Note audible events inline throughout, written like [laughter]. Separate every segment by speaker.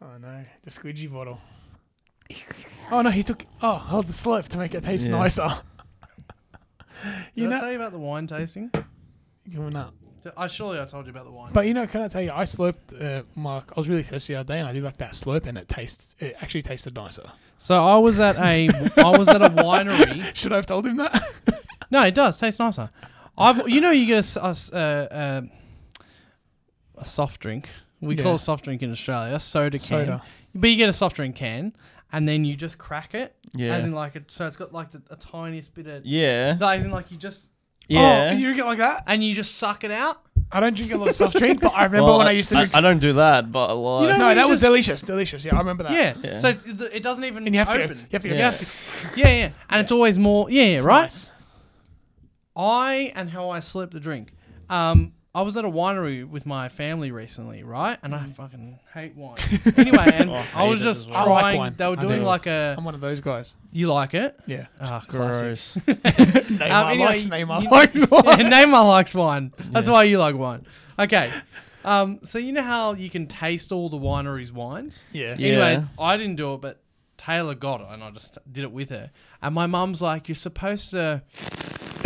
Speaker 1: Oh no, the squidgy bottle. Oh no, he took. Oh, hold the slurp to make it taste
Speaker 2: Yeah.
Speaker 1: nicer.
Speaker 3: Did
Speaker 1: you
Speaker 3: I
Speaker 1: know,
Speaker 3: tell you about the wine tasting?
Speaker 1: you know.
Speaker 3: Did- I surely I told you about the wine.
Speaker 1: But you know, can I tell you? I slurped. Uh, my, I was really thirsty the other day, and I did like that slurp, and it tastes. It actually tasted nicer.
Speaker 3: so I was at a I was at a winery. [laughs]
Speaker 1: Should I have told him that?
Speaker 3: No, it does taste nicer. I've you know you get a s- a, s- uh, uh, a soft drink. We
Speaker 1: Yeah.
Speaker 3: call it soft drink in Australia, a soda can.
Speaker 1: Soda.
Speaker 3: But you get a soft drink can, and then you just crack it,
Speaker 2: Yeah.
Speaker 3: as in like it, so it's got like the, a tiniest bit of.
Speaker 2: yeah.
Speaker 3: No, As in like you just
Speaker 2: yeah.
Speaker 1: [laughs] Oh, you drink it like that?
Speaker 3: and you just suck it out.
Speaker 1: I don't drink a lot of soft drink, but I remember
Speaker 2: Well,
Speaker 1: when I, used to drink.
Speaker 2: I, don't do that, but I like.
Speaker 3: You know-
Speaker 1: no,
Speaker 3: you
Speaker 1: that was
Speaker 3: just-
Speaker 1: delicious. Delicious. Yeah, I remember that.
Speaker 3: Yeah.
Speaker 2: Yeah.
Speaker 3: So it's, it it doesn't even
Speaker 1: And you have
Speaker 3: open.
Speaker 1: to. You have to.
Speaker 2: Yeah.
Speaker 1: Yeah.
Speaker 3: Yeah, yeah. And it's always more. Yeah, yeah
Speaker 1: It's
Speaker 3: right.
Speaker 1: nice.
Speaker 3: I and how I slept the drink. Um, I was at a winery with my family recently, right? And I fucking hate wine. Anyway,
Speaker 1: [laughs]
Speaker 3: and
Speaker 2: Oh,
Speaker 3: I was
Speaker 2: hate it
Speaker 3: just
Speaker 2: as well.
Speaker 1: Mm. I like
Speaker 3: trying.
Speaker 1: wine.
Speaker 3: they were
Speaker 1: I
Speaker 3: doing
Speaker 1: do.
Speaker 3: like a.
Speaker 1: I'm one of those guys.
Speaker 3: You like it?
Speaker 1: Yeah. Um,
Speaker 3: Ah, classic.
Speaker 2: Gross.
Speaker 1: Neymar
Speaker 3: anyway,
Speaker 1: likes
Speaker 3: you-
Speaker 1: Neymar
Speaker 3: [laughs]
Speaker 1: [laughs]
Speaker 3: you-
Speaker 1: likes
Speaker 3: Yeah,
Speaker 1: wine.
Speaker 3: Neymar likes wine. That's
Speaker 2: Yeah.
Speaker 3: why you like wine. Okay. [laughs] Um, so you know how you can taste all the winery's wines?
Speaker 1: Yeah.
Speaker 2: Yeah.
Speaker 3: Anyway, I didn't do it, but Taylor got it, and I just did it with her. And my mum's like, "You're supposed to." [laughs]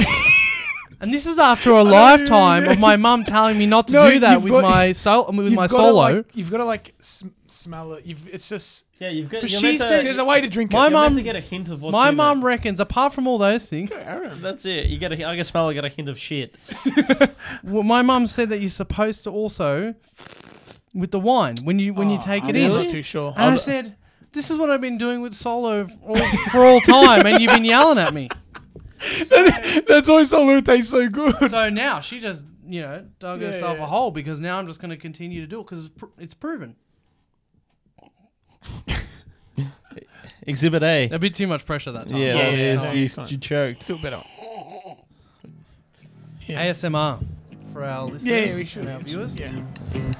Speaker 3: and this is after
Speaker 1: [laughs]
Speaker 3: a lifetime of my mum telling me not to
Speaker 1: No,
Speaker 3: do that
Speaker 1: you've
Speaker 3: with
Speaker 1: got-
Speaker 3: my sol- with my
Speaker 1: You've gotta,
Speaker 3: solo.
Speaker 1: like- you've got to like sm- smell it. You've, it's just.
Speaker 2: [laughs] yeah, you've got.
Speaker 1: But
Speaker 2: You're
Speaker 1: she
Speaker 2: meant to,
Speaker 1: said there's a way to drink
Speaker 3: My
Speaker 1: it.
Speaker 2: you're meant
Speaker 3: mum-
Speaker 2: to get a hint of what's
Speaker 3: my
Speaker 2: in it.
Speaker 3: mum reckons, apart from all those things,
Speaker 2: That's it. You get a. I can smell. I get a hint of shit.
Speaker 3: well, my mum said that you're supposed to also with the wine when you when you
Speaker 1: Oh,
Speaker 3: take it
Speaker 1: I'm
Speaker 3: in.
Speaker 1: not too sure.
Speaker 3: And I said, "This is what I've been doing with solo f- all, for all time, and you've been yelling at me."
Speaker 1: That's why solo tastes so good.
Speaker 3: So now she just, you know, dug
Speaker 1: Yeah,
Speaker 3: herself
Speaker 1: yeah.
Speaker 3: a hole because now I'm just going to continue to do it because it's, pr- it's proven.
Speaker 2: Exhibit A.
Speaker 3: A bit too much pressure that time.
Speaker 2: Yeah,
Speaker 1: yeah,
Speaker 2: obvious.
Speaker 1: yeah,
Speaker 2: you,
Speaker 1: it's fine.
Speaker 2: you choked.
Speaker 1: Feel better. Yeah.
Speaker 3: ASMR for our listeners
Speaker 1: Yeah, yeah, we should.
Speaker 3: and our viewers.
Speaker 1: Yeah,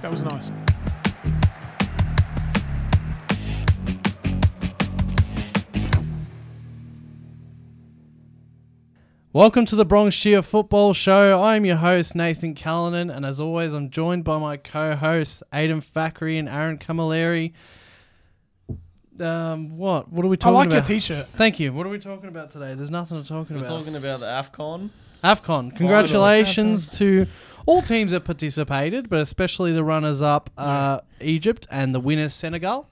Speaker 1: that was nice.
Speaker 3: Welcome to the Bronx Shear Football Show. I'm your host, Nathan Callanan, and as always, I'm joined by my co hosts, Adam Fackery and Aaron Camilleri. Um, what? What are we
Speaker 1: I
Speaker 3: talking
Speaker 1: like your
Speaker 3: about?
Speaker 1: t-shirt.
Speaker 3: Thank you. What are we talking about today? There's nothing to talk
Speaker 2: We're
Speaker 3: about.
Speaker 2: talking about the Afcon.
Speaker 3: AFCON. Congratulations to all teams that participated, but especially the runners up, uh, Egypt, and the winners, Senegal.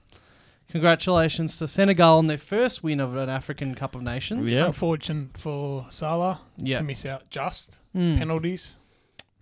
Speaker 3: Congratulations to Senegal on their first win of an African Cup of Nations.
Speaker 2: Yeah.
Speaker 1: Unfortunate for Salah
Speaker 3: Yeah.
Speaker 1: to miss out just
Speaker 3: Mm.
Speaker 1: penalties.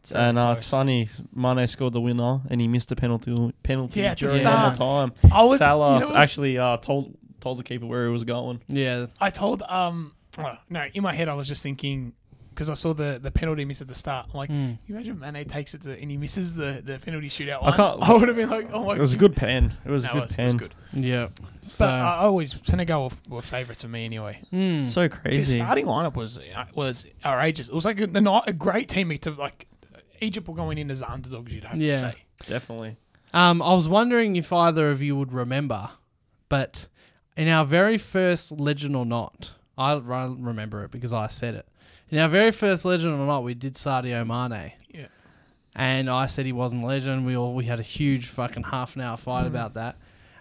Speaker 3: Very
Speaker 2: And uh, it's
Speaker 3: close.
Speaker 2: funny. Mane scored the winner, and he missed a penalty penalty
Speaker 1: Yeah, at the
Speaker 2: during
Speaker 3: start.
Speaker 2: normal time.
Speaker 1: I was,
Speaker 2: Salah
Speaker 1: you know, it was-
Speaker 2: actually uh, told told the keeper where he was going.
Speaker 3: Yeah.
Speaker 1: I told um oh, no in my head I was just thinking because I saw the the penalty miss at the start. I'm like,
Speaker 3: Mm.
Speaker 1: you imagine Mane takes it to, and he misses the the penalty shootout.
Speaker 2: I
Speaker 1: One. [laughs] I
Speaker 2: can't-
Speaker 1: would have been like, oh my.
Speaker 2: It was a good pen. It was
Speaker 1: No,
Speaker 2: a
Speaker 1: it
Speaker 2: good
Speaker 1: was, it
Speaker 2: pen.
Speaker 1: was good.
Speaker 3: Yeah. So,
Speaker 1: But uh, I always Senegal were, were favourites for me anyway.
Speaker 3: mm.
Speaker 2: So
Speaker 1: The
Speaker 2: crazy.
Speaker 1: starting lineup was uh, was outrageous. It was like a, a, ni- a great team to like. Egypt were going in as underdogs. You'd have
Speaker 3: Yeah.
Speaker 1: to say. [laughs]
Speaker 2: Definitely.
Speaker 3: Um, I was wondering if either of you would remember, but in our very first Legend or Not, I r- remember it because I said it. In our very first Legend or Not, we did Sadio Mane.
Speaker 1: Yeah.
Speaker 3: And I said he wasn't a legend. We all we had a huge fucking half an hour fight about that.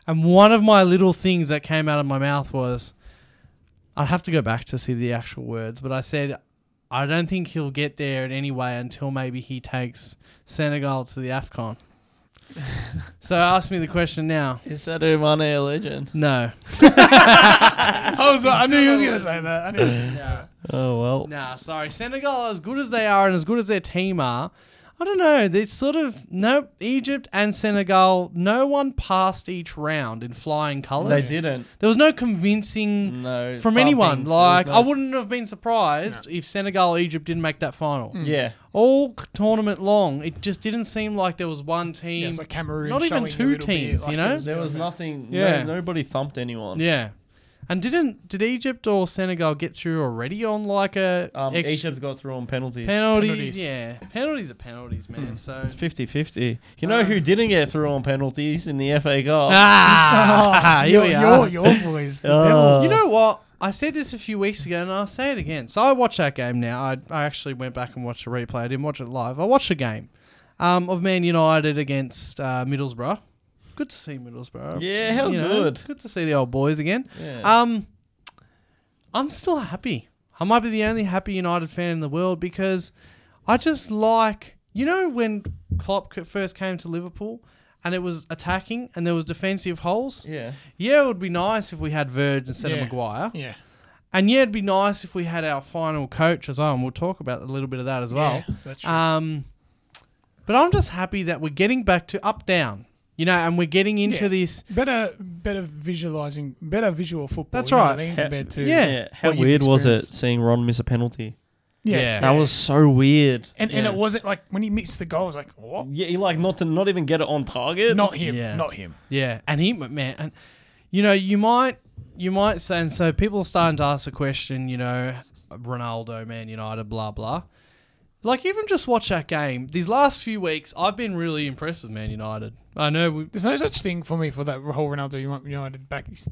Speaker 3: And one of my little things that came out of my mouth was, I'd have to go back to see the actual words, but I said, I don't think he'll get there in any way until maybe he takes Senegal to the AFCON. so ask me the question now.
Speaker 2: Is Sadio Mane a legend?
Speaker 3: No.
Speaker 1: I was. I knew he was going to say that. I knew he
Speaker 2: [laughs]
Speaker 1: was gonna say that.
Speaker 2: Oh well.
Speaker 3: Nah, sorry. Senegal, as good as they are and as good as their team are, I don't know. They sort of no Egypt and Senegal. No one passed each round in flying
Speaker 2: They
Speaker 3: colours.
Speaker 2: didn't.
Speaker 3: There was no convincing
Speaker 2: No.
Speaker 3: from
Speaker 2: bumpings.
Speaker 3: anyone.
Speaker 2: There was
Speaker 3: Like
Speaker 2: no-
Speaker 3: I wouldn't have been surprised if Senegal Egypt didn't make that final.
Speaker 2: Yeah.
Speaker 3: All c- tournament long, it just didn't seem like there was one
Speaker 1: Yeah, it
Speaker 3: team.
Speaker 1: was like Cameroon.
Speaker 3: Not even
Speaker 1: showing a
Speaker 3: two
Speaker 1: little bit,
Speaker 3: teams, you
Speaker 1: it
Speaker 3: know?
Speaker 2: There was nothing. Yeah.
Speaker 3: Yeah.
Speaker 2: nobody thumped anyone.
Speaker 3: yeah. And didn't did Egypt or Senegal get through already on like a
Speaker 2: Um,
Speaker 3: ex-
Speaker 2: Egypt's got through on penalties.
Speaker 3: penalties,
Speaker 1: Penalties.
Speaker 3: Yeah, Hmm. penalties are penalties, man. So
Speaker 2: It's 50-50. You know
Speaker 3: Uh,
Speaker 2: who didn't get through on penalties in the FA
Speaker 1: [laughs]
Speaker 3: [laughs] [laughs] [laughs]
Speaker 2: Cup?
Speaker 3: ah, here
Speaker 1: Your,
Speaker 3: we are.
Speaker 1: your, your boys, the
Speaker 2: Oh.
Speaker 1: devil.
Speaker 3: You know what? I said this a few weeks ago, and I'll say it again. So I watched that game now. I, I actually went back and watched a replay. I didn't watch it live. I watched a game um, of Man United against uh, Middlesbrough. good to see Middlesbrough.
Speaker 2: Yeah, how
Speaker 3: You know,
Speaker 2: good.
Speaker 3: Good to see the old boys again.
Speaker 2: Yeah.
Speaker 3: Um, I'm still happy. I might be the only happy United fan in the world because I just like you know when Klopp c- first came to Liverpool and it was attacking and there was defensive holes.
Speaker 2: yeah.
Speaker 3: Yeah, it would be nice if we had Verge instead
Speaker 1: Yeah.
Speaker 3: of Maguire,
Speaker 1: Yeah.
Speaker 3: and yeah, it'd be nice if we had our final coach as well. And we'll talk about a little bit of that as well.
Speaker 1: Yeah, that's true.
Speaker 3: Um, but I'm just happy that we're getting back to up down, you know, and we're getting into
Speaker 1: Yeah.
Speaker 3: this.
Speaker 1: better, better visualizing, better visual football.
Speaker 3: That's
Speaker 1: you know what
Speaker 3: right.
Speaker 1: I mean,
Speaker 2: Yeah.
Speaker 1: compared to
Speaker 3: Yeah.
Speaker 2: How
Speaker 1: what you've
Speaker 2: weird was it
Speaker 1: experienced.
Speaker 2: seeing Ron miss a penalty?
Speaker 1: Yes,
Speaker 3: Yeah.
Speaker 2: That was so weird.
Speaker 1: and and
Speaker 3: yeah.
Speaker 1: it wasn't like when he missed the goal. I was like, what?
Speaker 2: Yeah, he like not to not even get it on target.
Speaker 1: Not him.
Speaker 3: Yeah.
Speaker 1: Not him.
Speaker 3: Yeah, and he man, and you know, you might you might say, and so people are starting to ask the question, you know, Ronaldo, Man United, blah blah. Like even just watch that game. These last few weeks, I've been really impressed with Man United. I know we,
Speaker 1: There's no such thing for me for that whole Ronaldo Uni- United back. He's,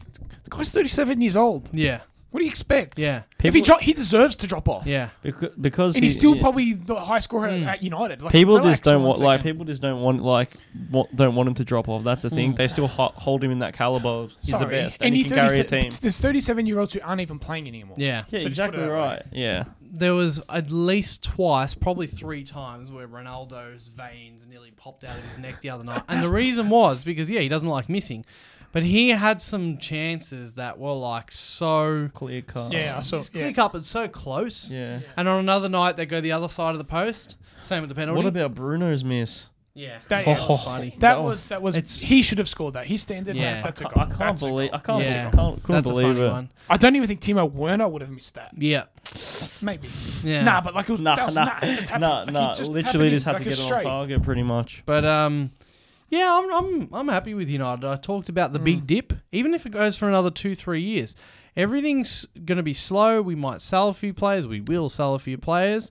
Speaker 1: the guy's 37 years old.
Speaker 3: yeah,
Speaker 1: What do you expect?
Speaker 3: yeah,
Speaker 1: if he
Speaker 2: People-
Speaker 1: dro- he deserves to drop off.
Speaker 3: yeah,
Speaker 2: Becau- because
Speaker 1: And he's still
Speaker 2: yeah. Hmm.
Speaker 1: probably the high scorer at United. Like,
Speaker 2: people
Speaker 1: relax
Speaker 2: just don't
Speaker 1: for
Speaker 2: want
Speaker 1: one
Speaker 2: like
Speaker 1: second.
Speaker 2: people just don't want like wa- don't want him to drop off. That's the thing. They still ho- hold him in that caliber. of He's
Speaker 1: Mm. Sorry.
Speaker 2: the best, and, he can carry a
Speaker 1: 37
Speaker 2: team.
Speaker 1: There's 37 year olds who aren't even playing anymore.
Speaker 3: yeah.
Speaker 2: Yeah,
Speaker 1: just put
Speaker 2: exactly
Speaker 1: it that way.
Speaker 2: right. Yeah,
Speaker 3: There was at least twice, probably three times, where Ronaldo's veins nearly popped out of his neck the other night, and the reason was because yeah, he doesn't like missing, but he had some chances that were like so
Speaker 2: clear cut.
Speaker 1: Yeah, I saw. Yeah.
Speaker 3: Click up, it's so close.
Speaker 2: yeah.
Speaker 3: And on another night, they go the other side of the post. Same with the penalty.
Speaker 2: What about Bruno's miss?
Speaker 3: yeah,
Speaker 1: That-
Speaker 3: that, was funny.
Speaker 1: That
Speaker 2: That
Speaker 1: was that was.
Speaker 3: It's-
Speaker 1: he should have scored that. He standard.
Speaker 3: Yeah.
Speaker 1: Yeah, that's a
Speaker 2: I
Speaker 1: goal.
Speaker 2: can't
Speaker 1: That's a goal.
Speaker 2: believe. I can't.
Speaker 3: Yeah.
Speaker 2: I can't. Couldn't
Speaker 3: That's a
Speaker 2: believe
Speaker 3: funny
Speaker 2: it.
Speaker 3: one.
Speaker 1: I don't even think Timo Werner would have missed that.
Speaker 3: Yeah,
Speaker 1: Maybe.
Speaker 3: yeah.
Speaker 1: Nah, but like it was.
Speaker 2: [laughs] Nah,
Speaker 1: that was,
Speaker 2: nah,
Speaker 1: nah, it's just happened.
Speaker 2: nah,
Speaker 1: Like, he
Speaker 2: nah.
Speaker 1: just
Speaker 2: Literally,
Speaker 1: happened
Speaker 2: just have to
Speaker 1: like a
Speaker 2: get it on
Speaker 1: straight.
Speaker 2: target, pretty much.
Speaker 3: but um, yeah, I'm I'm I'm happy with United. I talked about the big dip. Even if it goes for another two three years, everything's gonna be slow. We might sell a few players. We will sell a few players.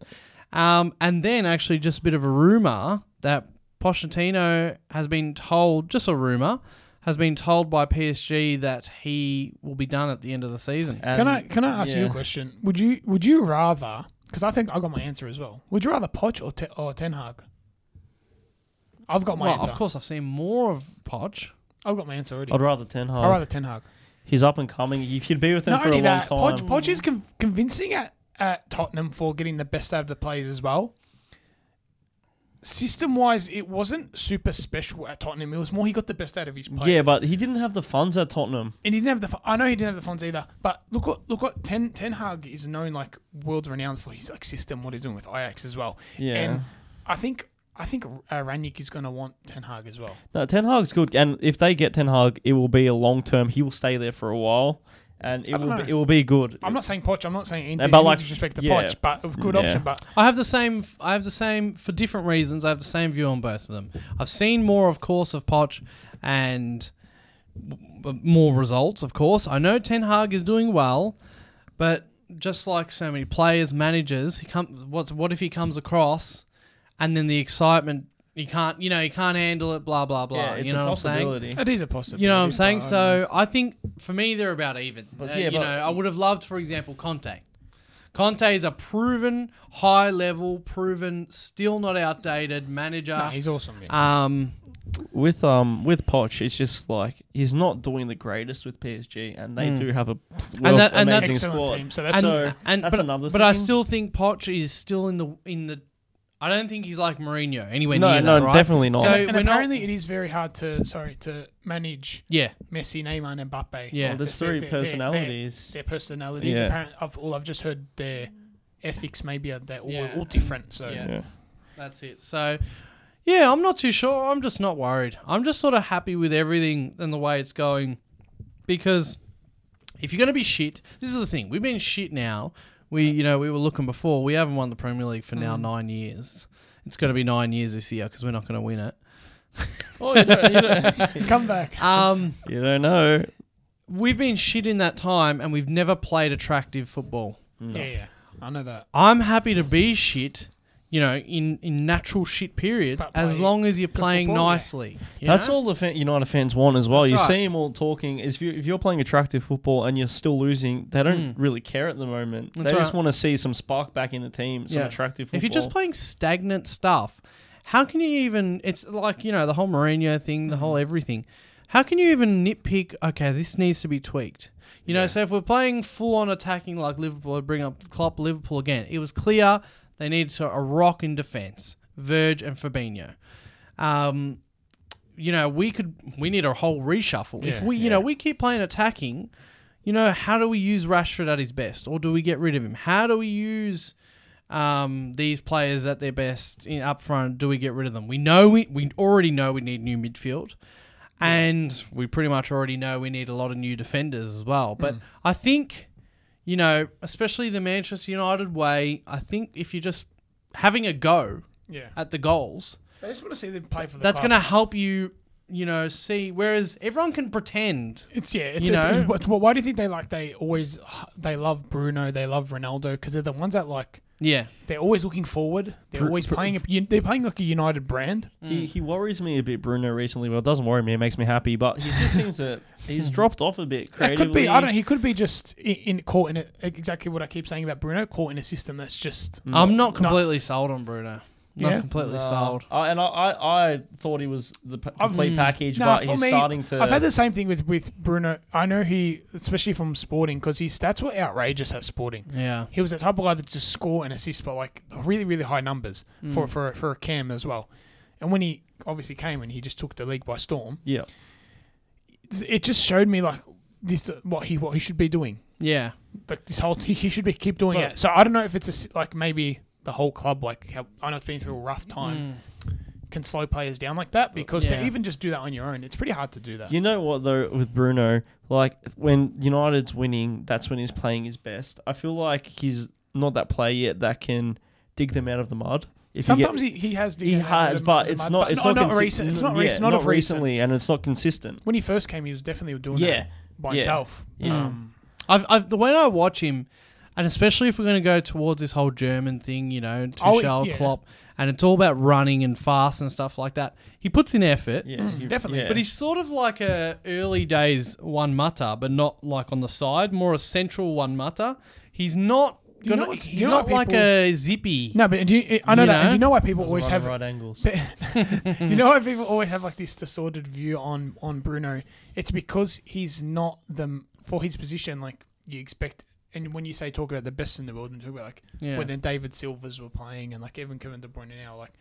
Speaker 3: Um, and then actually just a bit of a rumor that Pochettino has been told, just a rumor, has been told by PSG that he will be done at the end of the season.
Speaker 1: Can
Speaker 2: And-
Speaker 1: I can I ask you a
Speaker 2: yeah.
Speaker 1: question? Would you would you rather? Because I think I got my answer as well. Would you rather Poch or Te, or Ten Hag? I've got my
Speaker 3: well,
Speaker 1: answer.
Speaker 3: of course, I've seen more of Podge.
Speaker 1: I've got my answer already.
Speaker 2: I'd rather Ten Hag.
Speaker 1: I'd rather Ten Hag.
Speaker 2: He's up and coming. You could be with him
Speaker 1: Not
Speaker 2: for a
Speaker 1: only
Speaker 2: long
Speaker 1: that,
Speaker 2: time.
Speaker 1: Poch, Poch is con- convincing at, at Tottenham for getting the best out of the players as well. System wise, it wasn't super special at Tottenham. It was more he got the best out of his players.
Speaker 2: yeah, but he didn't have the funds at Tottenham.
Speaker 1: and he didn't have the. fu- I know he didn't have the funds either. But look what look what Ten Ten Hag is known like world renowned for his like system. What he's doing with Ajax as well.
Speaker 2: Yeah.
Speaker 1: And I think I think uh, Ranić is going to want Ten Hag as well.
Speaker 2: No, Ten Hag's good, and if they get Ten Hag, it will be a long term. He will stay there for a while, and it
Speaker 1: I don't
Speaker 2: will
Speaker 1: know.
Speaker 2: be, it will be good.
Speaker 1: I'm not saying Poch. I'm not saying anything.
Speaker 2: but
Speaker 1: But
Speaker 2: like-
Speaker 1: like disrespect to
Speaker 2: yeah.
Speaker 1: Poch, but a good
Speaker 2: Yeah.
Speaker 1: option. But
Speaker 3: I have the same. I have the same for different reasons. I have the same view on both of them. I've seen more, of course, of Podge, and w- w- more results, of course. I know Ten Hag is doing well, but just like so many players, managers, he come. What's what if he comes across, and then the excitement he can't. You know, he can't handle it. Blah blah blah.
Speaker 2: yeah, it's
Speaker 3: you know
Speaker 2: a
Speaker 3: what I'm saying?
Speaker 2: possibility.
Speaker 1: it is a possibility.
Speaker 3: You know what I'm saying?
Speaker 1: but I don't know.
Speaker 3: So I think for me they're about even.
Speaker 2: But
Speaker 3: Uh,
Speaker 2: yeah,
Speaker 3: you
Speaker 2: but-
Speaker 3: know, I would have loved, for example, Conte. Conte is a proven, high level, proven, still not outdated manager.
Speaker 1: Nah, he's awesome. Yeah.
Speaker 3: um,
Speaker 2: With um with Poch, it's just like he's not doing the greatest with PSG, and they do have a well,
Speaker 3: that- Hmm. and that's-
Speaker 2: amazing
Speaker 1: Excellent
Speaker 2: squad.
Speaker 1: team, so that's-
Speaker 2: and,
Speaker 3: and, and-
Speaker 2: that's
Speaker 3: but,
Speaker 2: another.
Speaker 3: but I
Speaker 2: thing.
Speaker 3: still think Poch is still in the in the. I don't think he's like Mourinho anywhere
Speaker 2: no
Speaker 3: near
Speaker 2: no
Speaker 3: that, right?
Speaker 2: definitely not.
Speaker 3: So-
Speaker 1: and
Speaker 3: we're not-
Speaker 1: apparently it is very hard to sorry to manage
Speaker 3: Yeah,
Speaker 1: Messi, Neymar, and Mbappe.
Speaker 3: Yeah. Well,
Speaker 2: there's
Speaker 1: Just their-
Speaker 2: three
Speaker 1: their- their- their-
Speaker 2: personalities.
Speaker 1: Their, personalities.
Speaker 2: Yeah.
Speaker 1: Apparent, I've, all I've just heard their ethics maybe are they're all,
Speaker 3: Yeah.
Speaker 1: all different. So
Speaker 3: Yeah.
Speaker 2: yeah.
Speaker 3: that's it. So, yeah, I'm not too sure. I'm just not worried. I'm just sort of happy with everything and the way it's going because if you're going to be shit, this is the thing. We've been shit now. We, you know, we were looking before. We haven't won the Premier League for
Speaker 1: Mm.
Speaker 3: now nine years. It's going to be nine years this year because we're not going to win it.
Speaker 2: Oh, you don't, you,
Speaker 1: [laughs]
Speaker 2: don't,
Speaker 1: come back.
Speaker 3: [laughs] Um,
Speaker 2: you don't know.
Speaker 3: we've been shit in that time, and we've never played attractive football.
Speaker 1: Yeah, yeah. I know that.
Speaker 3: I'm happy to be shit, you know, in in natural shit periods,
Speaker 1: But
Speaker 3: as
Speaker 1: play
Speaker 3: long as you're playing
Speaker 1: football, yeah.
Speaker 3: nicely. you
Speaker 2: That's
Speaker 3: know?
Speaker 2: all the fan, United fans want as well.
Speaker 3: That's
Speaker 2: you
Speaker 3: right.
Speaker 2: see them all talking. If you if you're playing attractive football and you're still losing, they don't really care at the moment.
Speaker 3: Hmm. That's
Speaker 2: they just
Speaker 3: right.
Speaker 2: want to see some spark back in the team, some
Speaker 3: Yeah.
Speaker 2: attractive football.
Speaker 3: If you're just playing stagnant stuff, How can you even? It's like you know the whole Mourinho thing, the whole everything. How can you even nitpick? Okay, this needs to be tweaked. You know,
Speaker 4: Yeah.
Speaker 3: so if we're playing full on attacking like Liverpool, I bring up Klopp Liverpool again. It was clear they needed to a rock in defence, Verge and Fabinho. Um, you know, we could we need a whole reshuffle. if
Speaker 1: Yeah,
Speaker 3: we, you know, we keep playing attacking, you know, how do we use Rashford at his best, or do we get rid of him? How do we use um, these players at their best in, up front? Do we get rid of them? We know we we already know we need new midfield, and we pretty much already know we need a lot of new defenders as well. But I think, you know, especially the Manchester United way, I think if you're just having a go
Speaker 1: Yeah.
Speaker 3: at the goals,
Speaker 1: I just want to see them play for the
Speaker 3: that's
Speaker 1: club.
Speaker 3: going to help you, you know, see. Whereas everyone can pretend.
Speaker 1: It's yeah. It's,
Speaker 3: You
Speaker 1: it's,
Speaker 3: know?
Speaker 1: it's- what- why do you think they like? They always they love Bruno. They love Ronaldo because they're the ones that like.
Speaker 3: Yeah.
Speaker 1: They're always looking forward. They're
Speaker 2: Bru-
Speaker 1: always
Speaker 2: Bru-
Speaker 1: playing. A, they're playing like a United brand.
Speaker 2: He, he worries me a bit, Bruno. Recently, well, it doesn't worry me. It makes me happy, but he just seems to he's dropped off a bit
Speaker 1: That
Speaker 2: creatively.
Speaker 1: could be. I don't. know, He could be just in, in caught in a, e-, exactly what I keep saying about Bruno. Caught in a system that's just.
Speaker 3: I'm not completely sold on Bruno. Not
Speaker 1: Yeah?
Speaker 3: completely
Speaker 2: Nah.
Speaker 3: sold.
Speaker 2: I, and I, I, I thought he was the p-
Speaker 1: I've-
Speaker 2: complete package,
Speaker 1: Nah,
Speaker 2: but
Speaker 1: for
Speaker 2: he's
Speaker 1: me,
Speaker 2: starting to.
Speaker 1: I've had the same thing with with Bruno. I know he, especially from Sporting, because his stats were outrageous at Sporting.
Speaker 3: Yeah.
Speaker 1: He was the type of guy that just score and assist, but like really, really high numbers for for for a cam as well. And when he obviously came and he just took the league by storm,
Speaker 2: yeah.
Speaker 1: it just showed me like this what he what he should be doing.
Speaker 3: Yeah.
Speaker 1: Like this whole he, he should be keep doing
Speaker 2: Well-
Speaker 1: it. So I don't know if it's a, s- like maybe the whole club like how, I know it's been through a rough time can slow players down like that because
Speaker 3: Mm. Yeah.
Speaker 1: to even just do that on your own, it's pretty hard to do that.
Speaker 2: You know what though with Bruno, like when United's winning, that's when he's playing his best. I feel like he's not that player yet that can dig them out of the mud. If you get-
Speaker 1: Sometimes he, he has
Speaker 2: he,
Speaker 1: dignity
Speaker 2: has,
Speaker 1: of the-
Speaker 2: but
Speaker 1: of the
Speaker 2: it's
Speaker 1: mud,
Speaker 2: not.
Speaker 1: but
Speaker 2: it's
Speaker 1: no,
Speaker 2: not,
Speaker 1: not
Speaker 2: consi-
Speaker 1: recent. It's not
Speaker 2: yeah,
Speaker 1: recent. Not,
Speaker 2: not
Speaker 1: of recent.
Speaker 2: recently, and it's not consistent.
Speaker 1: When he first came, he was definitely doing
Speaker 2: Yeah.
Speaker 1: that by
Speaker 2: Yeah.
Speaker 1: himself.
Speaker 2: Yeah.
Speaker 1: Um,
Speaker 3: I've, I've the way I watch him, and especially if we're going to go towards this whole German thing, you know,
Speaker 1: Oh,
Speaker 3: Tuchel,
Speaker 1: yeah.
Speaker 3: Klopp, and it's all about running and fast and stuff like that. He puts in effort,
Speaker 2: Yeah, he-
Speaker 1: Mm, definitely,
Speaker 2: yeah.
Speaker 3: but he's sort of like a early days one mutter, but not like on the side, more a central one mutter. He's not.
Speaker 1: Do you know
Speaker 3: Gonna,
Speaker 1: what's- do you
Speaker 3: he's
Speaker 1: know
Speaker 3: not
Speaker 1: what
Speaker 3: like
Speaker 1: people-
Speaker 3: a zippy.
Speaker 1: No, but do you, I know
Speaker 3: You
Speaker 1: that.
Speaker 3: know?
Speaker 1: And do you know why people always
Speaker 2: Right on
Speaker 1: have? [laughs]
Speaker 2: right angles.
Speaker 1: do you know why people always have like this disordered view on on Bruno? It's because he's not the for his position. Like you expect, and when you say talk about the best in the world, and talk about like
Speaker 3: Yeah.
Speaker 1: when then David Silvers were playing, and like even Kevin De Bruyne now, like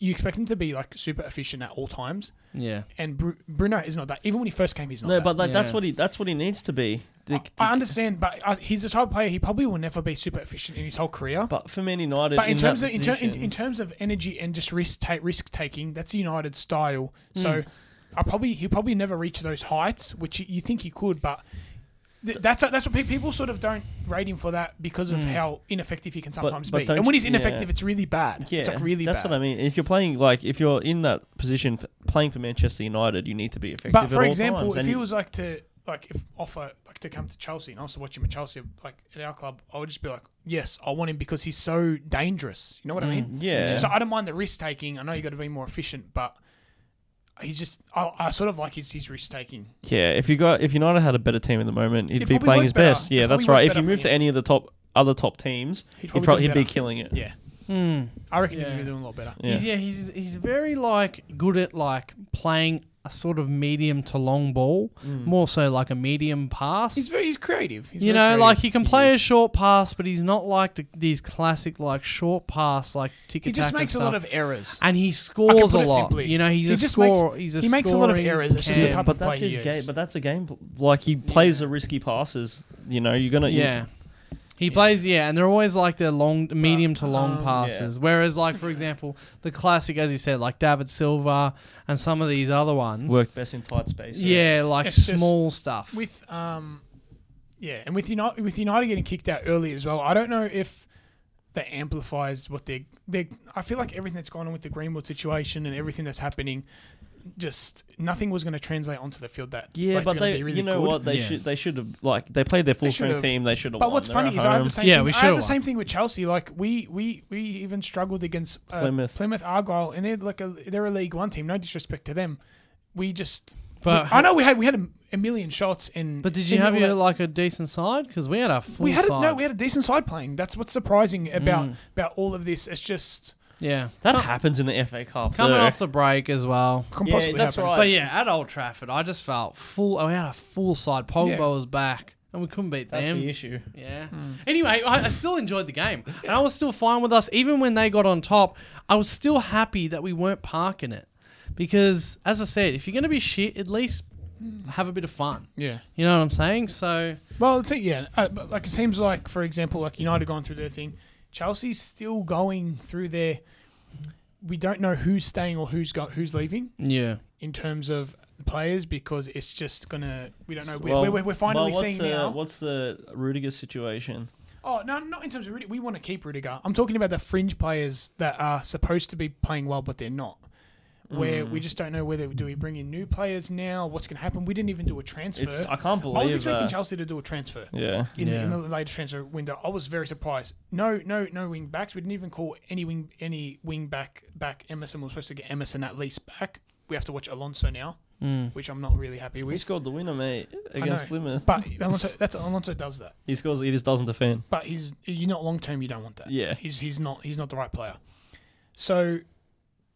Speaker 1: you expect him to be like super efficient at all times.
Speaker 3: Yeah.
Speaker 1: And Bru- Bruno is not that. Even when he first came, he's not.
Speaker 2: No,
Speaker 1: that.
Speaker 2: but like that's
Speaker 3: Yeah.
Speaker 2: what he that's what he needs to be. The-
Speaker 1: I
Speaker 2: the-
Speaker 1: understand, but uh, he's the type of player he probably will never be super efficient in his whole career. But,
Speaker 2: but for Man United,
Speaker 1: in,
Speaker 2: that
Speaker 1: terms of in, ter- in,
Speaker 2: position-
Speaker 1: in terms of energy and just risk ta- risk taking, that's United style.
Speaker 2: Hmm.
Speaker 1: So I probably he probably never reach those heights, which you, you think he could, but. th- That's that's what pe- people sort of don't rate him for that because of how ineffective he can sometimes
Speaker 2: Hmm. but
Speaker 1: be.
Speaker 2: don't
Speaker 1: And when he's
Speaker 2: you-
Speaker 1: ineffective,
Speaker 2: yeah.
Speaker 1: it's really bad.
Speaker 2: yeah,
Speaker 1: it's like really
Speaker 2: that's
Speaker 1: bad.
Speaker 2: what I mean. If you're playing like if you're in that position f- playing for Manchester United, you need to be effective.
Speaker 1: But
Speaker 2: at
Speaker 1: for
Speaker 2: all
Speaker 1: example,
Speaker 2: times.
Speaker 1: if
Speaker 2: And
Speaker 1: he
Speaker 2: you-
Speaker 1: was like to like if offer like to come to Chelsea and I was to watch him at Chelsea like at our club, I would just be like, yes, I want him because he's so dangerous. You know what I mean?
Speaker 2: Mm, yeah,
Speaker 1: So I don't mind the risk taking. I know you got to be more efficient, but he's just I, I sort of like his, his risk taking.
Speaker 2: Yeah, if you got if United had a better team at the moment, he'd
Speaker 1: It'd
Speaker 2: be
Speaker 1: probably
Speaker 2: playing
Speaker 1: work
Speaker 2: his
Speaker 1: better.
Speaker 2: best. Yeah,
Speaker 1: It'd
Speaker 2: that's
Speaker 1: probably
Speaker 2: right.
Speaker 1: work
Speaker 2: If he
Speaker 1: better
Speaker 2: moved
Speaker 1: for
Speaker 2: to
Speaker 1: him.
Speaker 2: any of the top other top teams, he'd
Speaker 1: probably
Speaker 2: probably,
Speaker 1: do
Speaker 2: he'd be
Speaker 1: better.
Speaker 2: killing it.
Speaker 1: Yeah,
Speaker 3: Mm.
Speaker 1: I reckon
Speaker 3: Yeah.
Speaker 1: he's been doing a lot better.
Speaker 2: Yeah.
Speaker 3: He's, yeah, he's he's very like good at like playing a sort of medium to long ball,
Speaker 1: Hmm.
Speaker 3: more so like a medium pass.
Speaker 1: He's very he's creative. He's
Speaker 3: you
Speaker 1: very
Speaker 3: know,
Speaker 1: creative.
Speaker 3: like he can play a short pass, but he's not like the, these classic like short pass like tick
Speaker 1: he just makes a lot of errors.
Speaker 3: and he
Speaker 1: I can
Speaker 3: scores a
Speaker 1: put it
Speaker 3: lot.
Speaker 1: simply.
Speaker 3: You know, he's
Speaker 1: He
Speaker 3: a
Speaker 1: just
Speaker 3: score.
Speaker 1: makes-
Speaker 3: he's a
Speaker 1: he makes a lot of
Speaker 3: scoring
Speaker 1: errors. It's just the
Speaker 3: cam.
Speaker 1: type
Speaker 2: but
Speaker 1: of
Speaker 2: that's
Speaker 1: player
Speaker 2: his
Speaker 1: he
Speaker 2: game.
Speaker 1: is.
Speaker 2: But that's a game. pl- Like he plays the risky passes. You know, you're gonna. you-
Speaker 3: Yeah. He plays, yeah, and they're always like their long, medium to long
Speaker 1: um,
Speaker 3: passes. Whereas, like for example, the classic, as you said, like David Silva and some of these other ones,
Speaker 2: work best in tight spaces.
Speaker 3: yeah, like
Speaker 1: It's just-
Speaker 3: small stuff.
Speaker 1: with um, yeah, and with United with United getting kicked out early as well. I don't know if that amplifies what they they. I feel like everything that's gone on with the Greenwood situation and everything that's happening, just nothing was going to translate onto the field. That
Speaker 2: Yeah,
Speaker 1: that's
Speaker 2: but
Speaker 1: gonna
Speaker 2: they,
Speaker 1: be really
Speaker 2: you know
Speaker 1: good.
Speaker 2: what, they
Speaker 3: Yeah.
Speaker 2: should, they should have like they played their full strength
Speaker 1: should've.
Speaker 2: team. They should have.
Speaker 1: But what's funny is I have the same.
Speaker 3: Yeah,
Speaker 1: thing,
Speaker 3: we
Speaker 1: I
Speaker 3: should've
Speaker 1: have the
Speaker 3: won.
Speaker 1: same thing with Chelsea. Like we we we even struggled against uh,
Speaker 2: Plymouth.
Speaker 1: Plymouth. Argyle, and they're like a they're a League One team. No disrespect to them, we just.
Speaker 3: But-
Speaker 1: I know we had we had a, a million shots in.
Speaker 3: but did you
Speaker 1: in
Speaker 3: have
Speaker 1: all
Speaker 3: your,
Speaker 1: that-
Speaker 3: like a decent side? Because we had a full
Speaker 1: we had a,
Speaker 3: side.
Speaker 2: Mm.
Speaker 1: no, we had a decent side playing. That's what's surprising about about all of this. It's just
Speaker 3: Yeah.
Speaker 2: That
Speaker 3: Com-
Speaker 2: happens in the FA Cup.
Speaker 3: coming
Speaker 2: though.
Speaker 3: off the break as well.
Speaker 1: Can
Speaker 2: Yeah,
Speaker 1: possibly
Speaker 2: that's
Speaker 1: happen.
Speaker 2: right.
Speaker 3: But yeah, at Old Trafford, I just felt full. I had a full side. Pogba
Speaker 1: Yeah.
Speaker 3: was back, and we couldn't beat
Speaker 2: That's
Speaker 3: them.
Speaker 2: the issue.
Speaker 3: Yeah. Anyway, I, I still enjoyed the game, and I was still fine with us. Even when they got on top, I was still happy that we weren't parking it, because as I said, if you're gonna be shit, at least have a bit of fun.
Speaker 1: Yeah.
Speaker 3: You know what I'm saying? So
Speaker 1: Well, it's, yeah. Uh, but like it seems like, for example, like United gone through their thing. Chelsea's still going through their. We don't know who's staying or who's got who's leaving
Speaker 3: yeah,
Speaker 1: in terms of players because it's just gonna. We don't know. We're,
Speaker 2: Well,
Speaker 1: we're, we're finally
Speaker 2: well, what's
Speaker 1: seeing
Speaker 2: the,
Speaker 1: now.
Speaker 2: What's the Rudiger situation?
Speaker 1: Oh no, not in terms of Rudiger. We want to keep Rudiger. I'm talking about the fringe players that are supposed to be playing well, but they're not. Where we just don't know whether do we bring in new players now? What's going to happen? We didn't even do a transfer.
Speaker 2: It's, I can't believe
Speaker 1: I was expecting
Speaker 2: that.
Speaker 1: Chelsea to do a transfer
Speaker 2: Yeah.
Speaker 1: in, the, in the
Speaker 3: Yeah.
Speaker 1: latest transfer window. I was very surprised. No, no, no wing backs. We didn't even call any wing any wing back back Emerson. We're supposed to get Emerson at least back. We have to watch Alonso now, which I'm not really happy
Speaker 2: He
Speaker 1: with.
Speaker 2: scored the winner, mate,
Speaker 1: I
Speaker 2: against
Speaker 1: know.
Speaker 2: Plymouth.
Speaker 1: But Alonso, that's Alonso does that.
Speaker 2: He scores. He just doesn't defend.
Speaker 1: But he's you're not long term. You don't want that.
Speaker 2: Yeah.
Speaker 1: he's he's not he's not the right player. So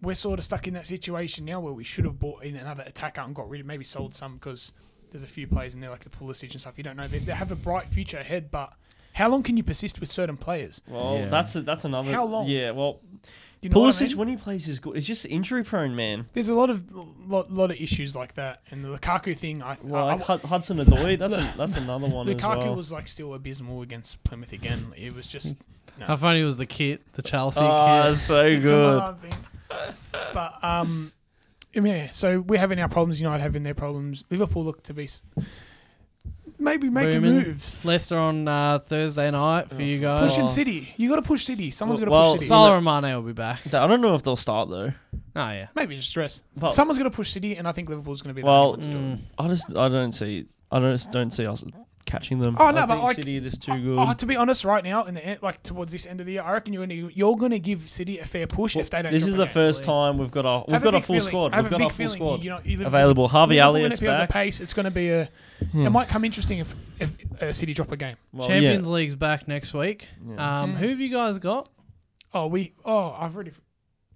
Speaker 1: we're sort of stuck in that situation now where we should have bought in another attacker and got rid of maybe sold some because there's a few players in there like the Pulisic and stuff. You don't know they, they have a bright future ahead, but how long can you persist with certain players?
Speaker 2: Well,
Speaker 3: Yeah.
Speaker 2: that's a, that's another.
Speaker 1: How long?
Speaker 2: Yeah. Well,
Speaker 1: Do you know what I
Speaker 2: Pulisic
Speaker 1: mean?
Speaker 2: when he plays is good. He's just injury prone, man.
Speaker 1: There's a lot of lot, lot of issues like that, and the Lukaku thing. I, th- I,
Speaker 2: Like
Speaker 1: I-
Speaker 2: Hud Hudson Odoi. That's a, that's
Speaker 1: [laughs]
Speaker 2: another one. as
Speaker 1: Uh, Lukaku
Speaker 2: well.
Speaker 1: was like still abysmal against Plymouth again. It was
Speaker 2: [laughs]
Speaker 1: just
Speaker 3: how funny was the kit, the Chelsea
Speaker 2: Ah,
Speaker 3: kit.
Speaker 2: so
Speaker 1: It's a
Speaker 2: good.
Speaker 1: hard thing. But um, I mean, yeah. So we're having our problems. United having their problems. Liverpool look to be s- maybe making
Speaker 3: Booming.
Speaker 1: moves.
Speaker 3: [laughs] Leicester on uh, Thursday night for you guys.
Speaker 1: Pushing City. You got to push City. Someone's got to
Speaker 2: Oh. Well-
Speaker 1: push City.
Speaker 2: well,
Speaker 3: Salah and Mane will be back.
Speaker 2: I don't know if they'll start though.
Speaker 3: Oh yeah.
Speaker 1: maybe just stress.
Speaker 2: Well-
Speaker 1: Someone's got to push City, and I think Liverpool's going to be.
Speaker 2: Well,
Speaker 1: the only one to do
Speaker 3: Mm.
Speaker 1: it.
Speaker 2: I just I don't see I don't just don't see us catching them.
Speaker 1: Oh, no,
Speaker 2: I
Speaker 1: but
Speaker 2: think
Speaker 1: like-
Speaker 2: City are just too good.
Speaker 1: Oh, to be honest, right now in the end, like towards this end of the year, I reckon you're gonna, you're going to give City a fair push if they don't.
Speaker 2: this
Speaker 1: drop
Speaker 2: is
Speaker 1: a
Speaker 2: the
Speaker 1: game.
Speaker 2: first time we've got a
Speaker 1: I
Speaker 2: we've
Speaker 1: have
Speaker 2: got a
Speaker 1: big
Speaker 2: full
Speaker 1: feeling- I
Speaker 2: squad.
Speaker 1: have
Speaker 2: We've
Speaker 1: a
Speaker 2: got a
Speaker 1: big
Speaker 2: full
Speaker 1: feeling,
Speaker 2: squad
Speaker 1: You know, you Liverpool-
Speaker 2: available. Harvey
Speaker 1: Liverpool
Speaker 2: Elliott's
Speaker 1: gonna be on
Speaker 2: back.
Speaker 1: The
Speaker 2: Hmm.
Speaker 1: pace. It's going to be a. It might come interesting if if uh, City drop a game.
Speaker 2: Well, yeah.
Speaker 3: Champions League's back next week.
Speaker 2: Yeah.
Speaker 3: Um, Who have you guys got?
Speaker 1: Oh, we. Oh, I've already,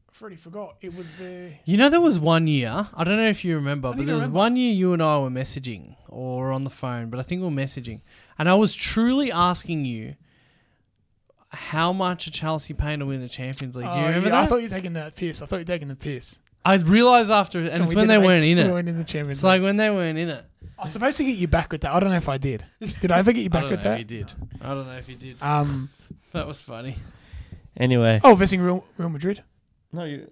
Speaker 1: I've already forgot. It was the.
Speaker 3: You know, there was one year. I don't know if you remember, but
Speaker 1: don't
Speaker 3: there was
Speaker 1: remember.
Speaker 3: one year you and I were messaging or on the phone, but I think we were messaging. And I was truly asking you how much are Chelsea paying to win the Champions League? Do you
Speaker 1: Oh,
Speaker 3: remember
Speaker 1: yeah, I
Speaker 3: that?
Speaker 1: thought you were taking the piss. I thought you were taking the piss.
Speaker 3: I, realized after, and, it's
Speaker 1: we
Speaker 3: when they
Speaker 1: didn't make-
Speaker 3: weren't in
Speaker 1: We
Speaker 3: it.
Speaker 1: weren't in the Champions.
Speaker 3: It's
Speaker 1: League.
Speaker 3: like when they weren't in it.
Speaker 1: I was supposed to get you back with that. I don't know if I
Speaker 3: [laughs]
Speaker 1: did. Did I ever get you
Speaker 3: I
Speaker 1: back
Speaker 3: don't
Speaker 1: with
Speaker 3: know if
Speaker 1: that?
Speaker 3: you did. I don't know if you did.
Speaker 1: Um.
Speaker 3: That was funny.
Speaker 2: Anyway,
Speaker 1: Oh, visiting Real, Real Madrid.
Speaker 2: no, you,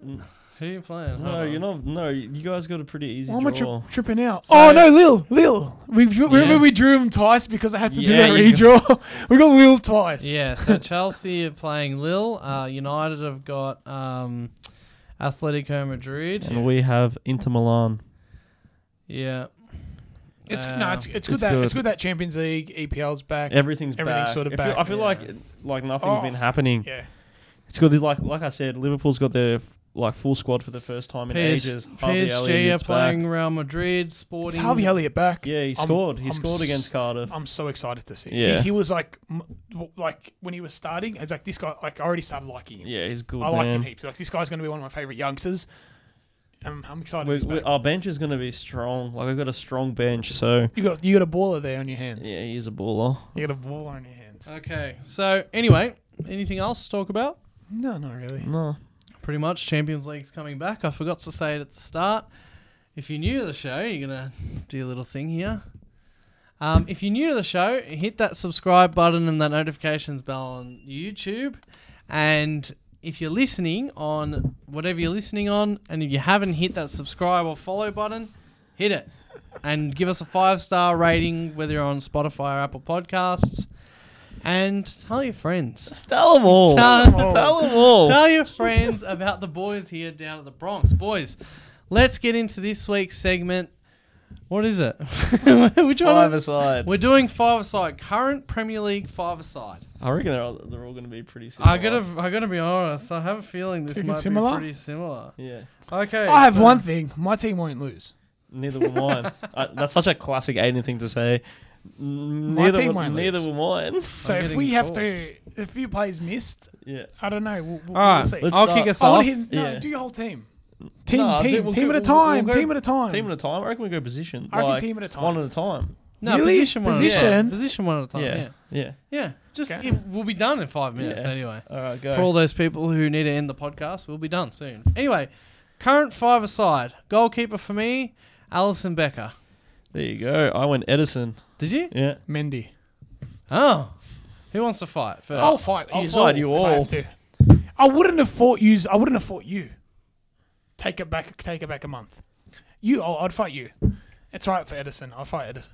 Speaker 3: Who are you playing?
Speaker 2: no, you're not. No, you guys got a pretty easy
Speaker 1: Why am I tri-
Speaker 2: draw.
Speaker 1: tripping out?
Speaker 3: So-
Speaker 1: oh no, Lil, Lil. We drew,
Speaker 2: Yeah.
Speaker 1: remember we drew him twice because I had to do
Speaker 2: Yeah,
Speaker 1: that
Speaker 2: you
Speaker 1: redraw. [laughs] we got Lil twice.
Speaker 3: Yeah,
Speaker 2: [laughs]
Speaker 3: so Chelsea are playing Lille. Uh, United have got um, Atletico Madrid.
Speaker 2: And we have Inter Milan.
Speaker 3: Yeah.
Speaker 1: It's
Speaker 3: Uh,
Speaker 1: no, it's, it's good
Speaker 2: it's
Speaker 1: that
Speaker 2: good.
Speaker 1: it's good that Champions League EPL's back.
Speaker 2: Everything's
Speaker 1: Everything's
Speaker 2: back.
Speaker 1: sort of
Speaker 2: I feel,
Speaker 1: back,
Speaker 2: I feel
Speaker 3: yeah.
Speaker 2: like like nothing's
Speaker 1: Oh.
Speaker 2: been happening.
Speaker 1: Yeah.
Speaker 2: It's good. It's like like I said, Liverpool's got their like full squad for the first time in
Speaker 3: PS-
Speaker 2: ages. Harvey
Speaker 3: PSG are
Speaker 2: Elliott's
Speaker 3: playing
Speaker 2: back.
Speaker 3: Real Madrid,
Speaker 1: It's
Speaker 3: Sporting.
Speaker 1: Harvey Elliott back.
Speaker 2: Yeah, he
Speaker 1: I'm-
Speaker 2: scored. he
Speaker 1: I'm s-
Speaker 2: scored against Cardiff.
Speaker 1: I'm so excited to see.
Speaker 2: Yeah.
Speaker 1: He, he was like, m- w- like when he was starting, I was like, this guy. Like I already started liking him.
Speaker 2: yeah, he's good.
Speaker 1: I like
Speaker 2: man.
Speaker 1: him heaps. Like this guy's going to be one of my favorite youngsters. Um, I'm excited.
Speaker 2: We,
Speaker 1: he's
Speaker 2: we,
Speaker 1: back.
Speaker 2: our bench is going to be strong. Like I've got a strong bench, so
Speaker 1: you got you got a baller there on your hands.
Speaker 2: yeah, he's a baller.
Speaker 1: You got a baller on your hands.
Speaker 3: Okay. So, anyway, anything else to talk about?
Speaker 1: No, not really.
Speaker 2: No,
Speaker 3: Pretty much Champions League's coming back. I forgot to say it at the start. If you're new to the show, you're going to do a little thing here. Um, if you're new to the show, hit that subscribe button and that notifications bell on YouTube. And if you're listening on whatever you're listening on, and if you haven't hit that subscribe or follow button, hit it. And give us a five star rating, whether you're on Spotify or Apple Podcasts. And tell your friends.
Speaker 2: tell them all.
Speaker 3: Tell 'em all.
Speaker 2: [laughs] Tell them all.
Speaker 3: Tell your [laughs] friends about the boys here down at the Bronx. Boys, let's get into this week's segment. What is it? [laughs] We're,
Speaker 2: Five
Speaker 3: trying to,
Speaker 2: aside.
Speaker 3: we're doing five aside. Current Premier League five aside.
Speaker 2: I reckon they're all, they're all going to be pretty similar.
Speaker 3: I gotta, I gotta be honest. I have a feeling this
Speaker 1: Too
Speaker 3: might
Speaker 1: similar?
Speaker 3: be pretty similar.
Speaker 2: Yeah,
Speaker 3: Okay,
Speaker 1: I have
Speaker 3: so-
Speaker 1: one thing. My team won't lose.
Speaker 2: neither will mine. I, that's such a classic Aiden thing to say. Neither,
Speaker 1: team
Speaker 2: will-
Speaker 1: won't lose.
Speaker 2: neither will mine. [laughs]
Speaker 1: So
Speaker 3: I'm
Speaker 1: if
Speaker 3: getting
Speaker 1: we have
Speaker 3: four.
Speaker 1: to, if few plays missed,
Speaker 2: yeah.
Speaker 1: I don't know. We'll, we'll,
Speaker 3: All right,
Speaker 1: we'll see.
Speaker 2: let's
Speaker 3: I'll
Speaker 2: start.
Speaker 3: kick us
Speaker 1: I
Speaker 3: off.
Speaker 1: want to hear. No,
Speaker 2: Yeah.
Speaker 1: do your whole team. Team,
Speaker 2: Nah, I think
Speaker 1: team,
Speaker 2: we'll
Speaker 1: team
Speaker 2: go-
Speaker 1: at a
Speaker 2: we'll- we'll
Speaker 1: time.
Speaker 2: go-
Speaker 1: team at a time.
Speaker 2: Team at a time. I reckon we go position.
Speaker 1: I reckon
Speaker 2: like,
Speaker 1: team at a time.
Speaker 2: One at a a time.
Speaker 3: No,
Speaker 1: Really?
Speaker 3: position one. At a
Speaker 1: Position?
Speaker 3: time. Position one at a time.
Speaker 2: yeah.
Speaker 3: Yeah.
Speaker 2: yeah.
Speaker 3: Yeah. Just
Speaker 1: Okay.
Speaker 3: it, we'll be done in five minutes
Speaker 2: Yeah.
Speaker 3: anyway.
Speaker 2: All right, go.
Speaker 3: For all those people who need to end the podcast, we'll be done soon. Anyway, current five aside, goalkeeper for me, Alison Becker.
Speaker 2: there you go. I went Edison.
Speaker 3: Did you?
Speaker 2: Yeah.
Speaker 1: Mendy.
Speaker 3: Oh. Who wants to fight first?
Speaker 1: I'll fight.
Speaker 2: I'll
Speaker 1: yous
Speaker 2: fight you
Speaker 1: if I
Speaker 2: all.
Speaker 1: have to. I wouldn't have fought you. I wouldn't have fought you. Take it back. Take it back a month. You. I'll, I'd fight you. It's right for Edison. I'll fight Edison.